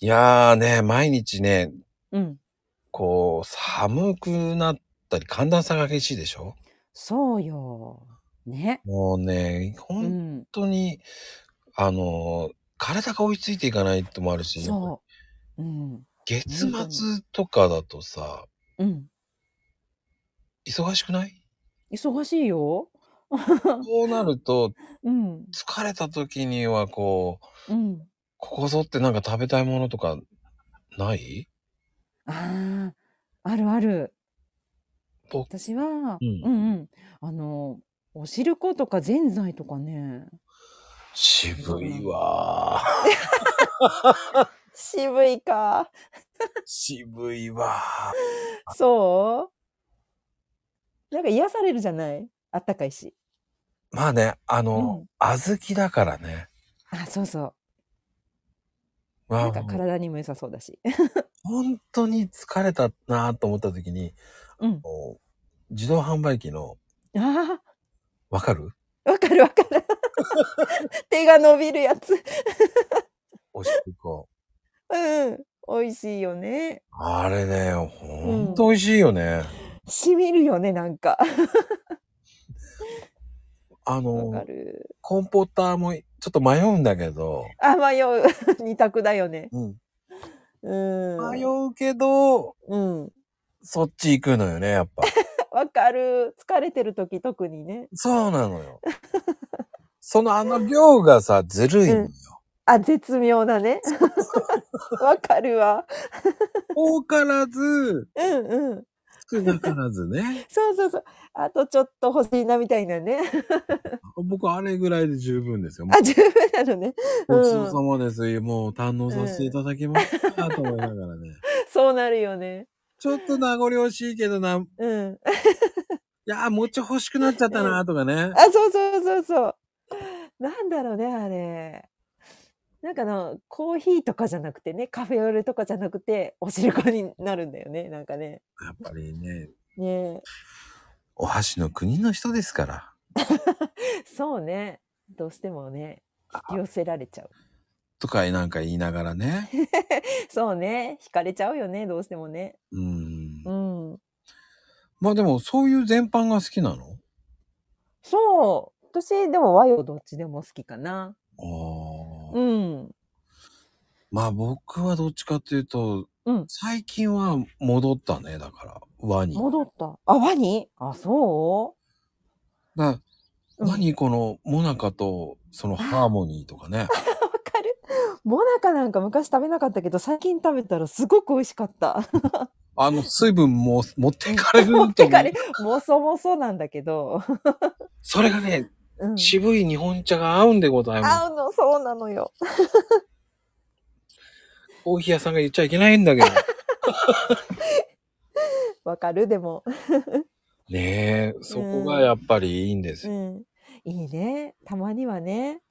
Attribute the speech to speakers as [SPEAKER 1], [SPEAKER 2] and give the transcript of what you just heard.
[SPEAKER 1] いや、ね、毎日ね
[SPEAKER 2] うん。
[SPEAKER 1] こう、寒くなったり、寒暖差が激しいでしょ？
[SPEAKER 2] そうよ。ね。
[SPEAKER 1] もうね、ほ
[SPEAKER 2] うんん。
[SPEAKER 1] とに、あの、体が追いついていかないってもあるし、やっぱり
[SPEAKER 2] そう。うん。ほ
[SPEAKER 1] 月
[SPEAKER 2] んとに。
[SPEAKER 1] 末とかだとさ
[SPEAKER 2] うん。
[SPEAKER 1] 忙しくない？
[SPEAKER 2] 忙しいよ。
[SPEAKER 1] そうなると、
[SPEAKER 2] うん。
[SPEAKER 1] 疲れた時にはこう
[SPEAKER 2] うん。
[SPEAKER 1] ここぞってなんか食べたいものとか、ない？
[SPEAKER 2] ああ、あるある。
[SPEAKER 1] ぼ
[SPEAKER 2] 私は
[SPEAKER 1] う。
[SPEAKER 2] うんんうん。あの、お汁粉とかぜんざいとかね。食べ
[SPEAKER 1] 渋
[SPEAKER 2] たくないる。
[SPEAKER 1] わ。
[SPEAKER 2] 渋いか。
[SPEAKER 1] 渋いわ。あ。
[SPEAKER 2] そう？なんか癒されるじゃない？あったかいし。
[SPEAKER 1] まあね、あ
[SPEAKER 2] う
[SPEAKER 1] の、
[SPEAKER 2] ん。
[SPEAKER 1] 小豆だからね。
[SPEAKER 2] あ、そうそう。な
[SPEAKER 1] わ、
[SPEAKER 2] んか
[SPEAKER 1] もう。
[SPEAKER 2] 体にも良さそうだし。
[SPEAKER 1] ほんとに疲れたなと思った時に、
[SPEAKER 2] うん。
[SPEAKER 1] あの、自動販売機の
[SPEAKER 2] ああ。
[SPEAKER 1] わかる？
[SPEAKER 2] 分かる 分かる。手が伸びるやつ。
[SPEAKER 1] お汁粉。
[SPEAKER 2] うん、美味しいよね。
[SPEAKER 1] あれね、
[SPEAKER 2] う
[SPEAKER 1] ほん
[SPEAKER 2] ん。
[SPEAKER 1] と美味しいよね。
[SPEAKER 2] 染みるよね、なんか。
[SPEAKER 1] あ
[SPEAKER 2] 分か
[SPEAKER 1] の、
[SPEAKER 2] る。
[SPEAKER 1] コーンポターもちょっと迷うんだけど
[SPEAKER 2] あ、迷う。2択だよね。
[SPEAKER 1] うん。
[SPEAKER 2] う
[SPEAKER 1] 迷
[SPEAKER 2] ーん。
[SPEAKER 1] うけど
[SPEAKER 2] うん。
[SPEAKER 1] そっち行くのよね、やっぱ。
[SPEAKER 2] 分かる。疲れてる時、特にね。
[SPEAKER 1] そうなのよ。その、あの量がさ、ずるいの
[SPEAKER 2] う
[SPEAKER 1] よ。
[SPEAKER 2] ん。あ、絶妙なね。
[SPEAKER 1] そう。
[SPEAKER 2] 分かるわ。
[SPEAKER 1] 多からず
[SPEAKER 2] うんうん。
[SPEAKER 1] 少なからずね。
[SPEAKER 2] そうそうそう。あとちょっと欲しいなみたいなね。
[SPEAKER 1] 僕あれぐらいで十分ですよ。も
[SPEAKER 2] あ、十分なのね。。
[SPEAKER 1] ごちそううんさまです。もう堪能
[SPEAKER 2] う
[SPEAKER 1] させてい
[SPEAKER 2] ん。
[SPEAKER 1] ただきましたと思いながらね。
[SPEAKER 2] そうなるよね。
[SPEAKER 1] ちょっと名残惜しいけどな
[SPEAKER 2] うん。
[SPEAKER 1] いや、もうちょい欲しくなっちゃった
[SPEAKER 2] うん。
[SPEAKER 1] なと かね。
[SPEAKER 2] あ、そうそうそうそう。なんだろうね、あれ。なんかあの、コーヒーとかじゃなくてね、カフェオレとかじゃなくて、お汁粉になるんだよね、なんかね。
[SPEAKER 1] やっぱりね。
[SPEAKER 2] ねえ。
[SPEAKER 1] お箸の国の人ですから。
[SPEAKER 2] そうね。どうしてもね、
[SPEAKER 1] あ
[SPEAKER 2] 引
[SPEAKER 1] あ。
[SPEAKER 2] き寄せられちゃう。
[SPEAKER 1] とかなんか言いながら ね。
[SPEAKER 2] そうね、惹かれちゃうよね、どうしてもね。
[SPEAKER 1] うーん。
[SPEAKER 2] うん。
[SPEAKER 1] ま、でもそういう全般が好きなの？
[SPEAKER 2] そう。私でも和洋どっちでも好きかな。
[SPEAKER 1] ああ。
[SPEAKER 2] うん。
[SPEAKER 1] まあ、僕はどっちかっていうと、
[SPEAKER 2] うん。
[SPEAKER 1] 最近は戻ったね、だから、和に。
[SPEAKER 2] 戻った。あ、和に？あ、そう？
[SPEAKER 1] な
[SPEAKER 2] うん。
[SPEAKER 1] 何このもなかとそのハー
[SPEAKER 2] ああ。
[SPEAKER 1] モニーとかね。
[SPEAKER 2] わかる。もなかなんか昔食べなかったけど、最近食べたらすごく美味しかった。
[SPEAKER 1] あの水分も持って
[SPEAKER 2] うん。
[SPEAKER 1] かれ
[SPEAKER 2] 持っ
[SPEAKER 1] ると
[SPEAKER 2] てか
[SPEAKER 1] 思う。
[SPEAKER 2] れもそもそなんだ けど。
[SPEAKER 1] それがね、
[SPEAKER 2] うん。
[SPEAKER 1] 渋い日本茶が合うんでございます。
[SPEAKER 2] 合うの、そうなのよ。
[SPEAKER 1] コーヒー屋さんが言っちゃいけないんだ けど。
[SPEAKER 2] わかる、でも。
[SPEAKER 1] ねえ、
[SPEAKER 2] う
[SPEAKER 1] そこがや
[SPEAKER 2] ん。
[SPEAKER 1] っぱりいいんです
[SPEAKER 2] う
[SPEAKER 1] よ。
[SPEAKER 2] ん。いいね。たまにはね。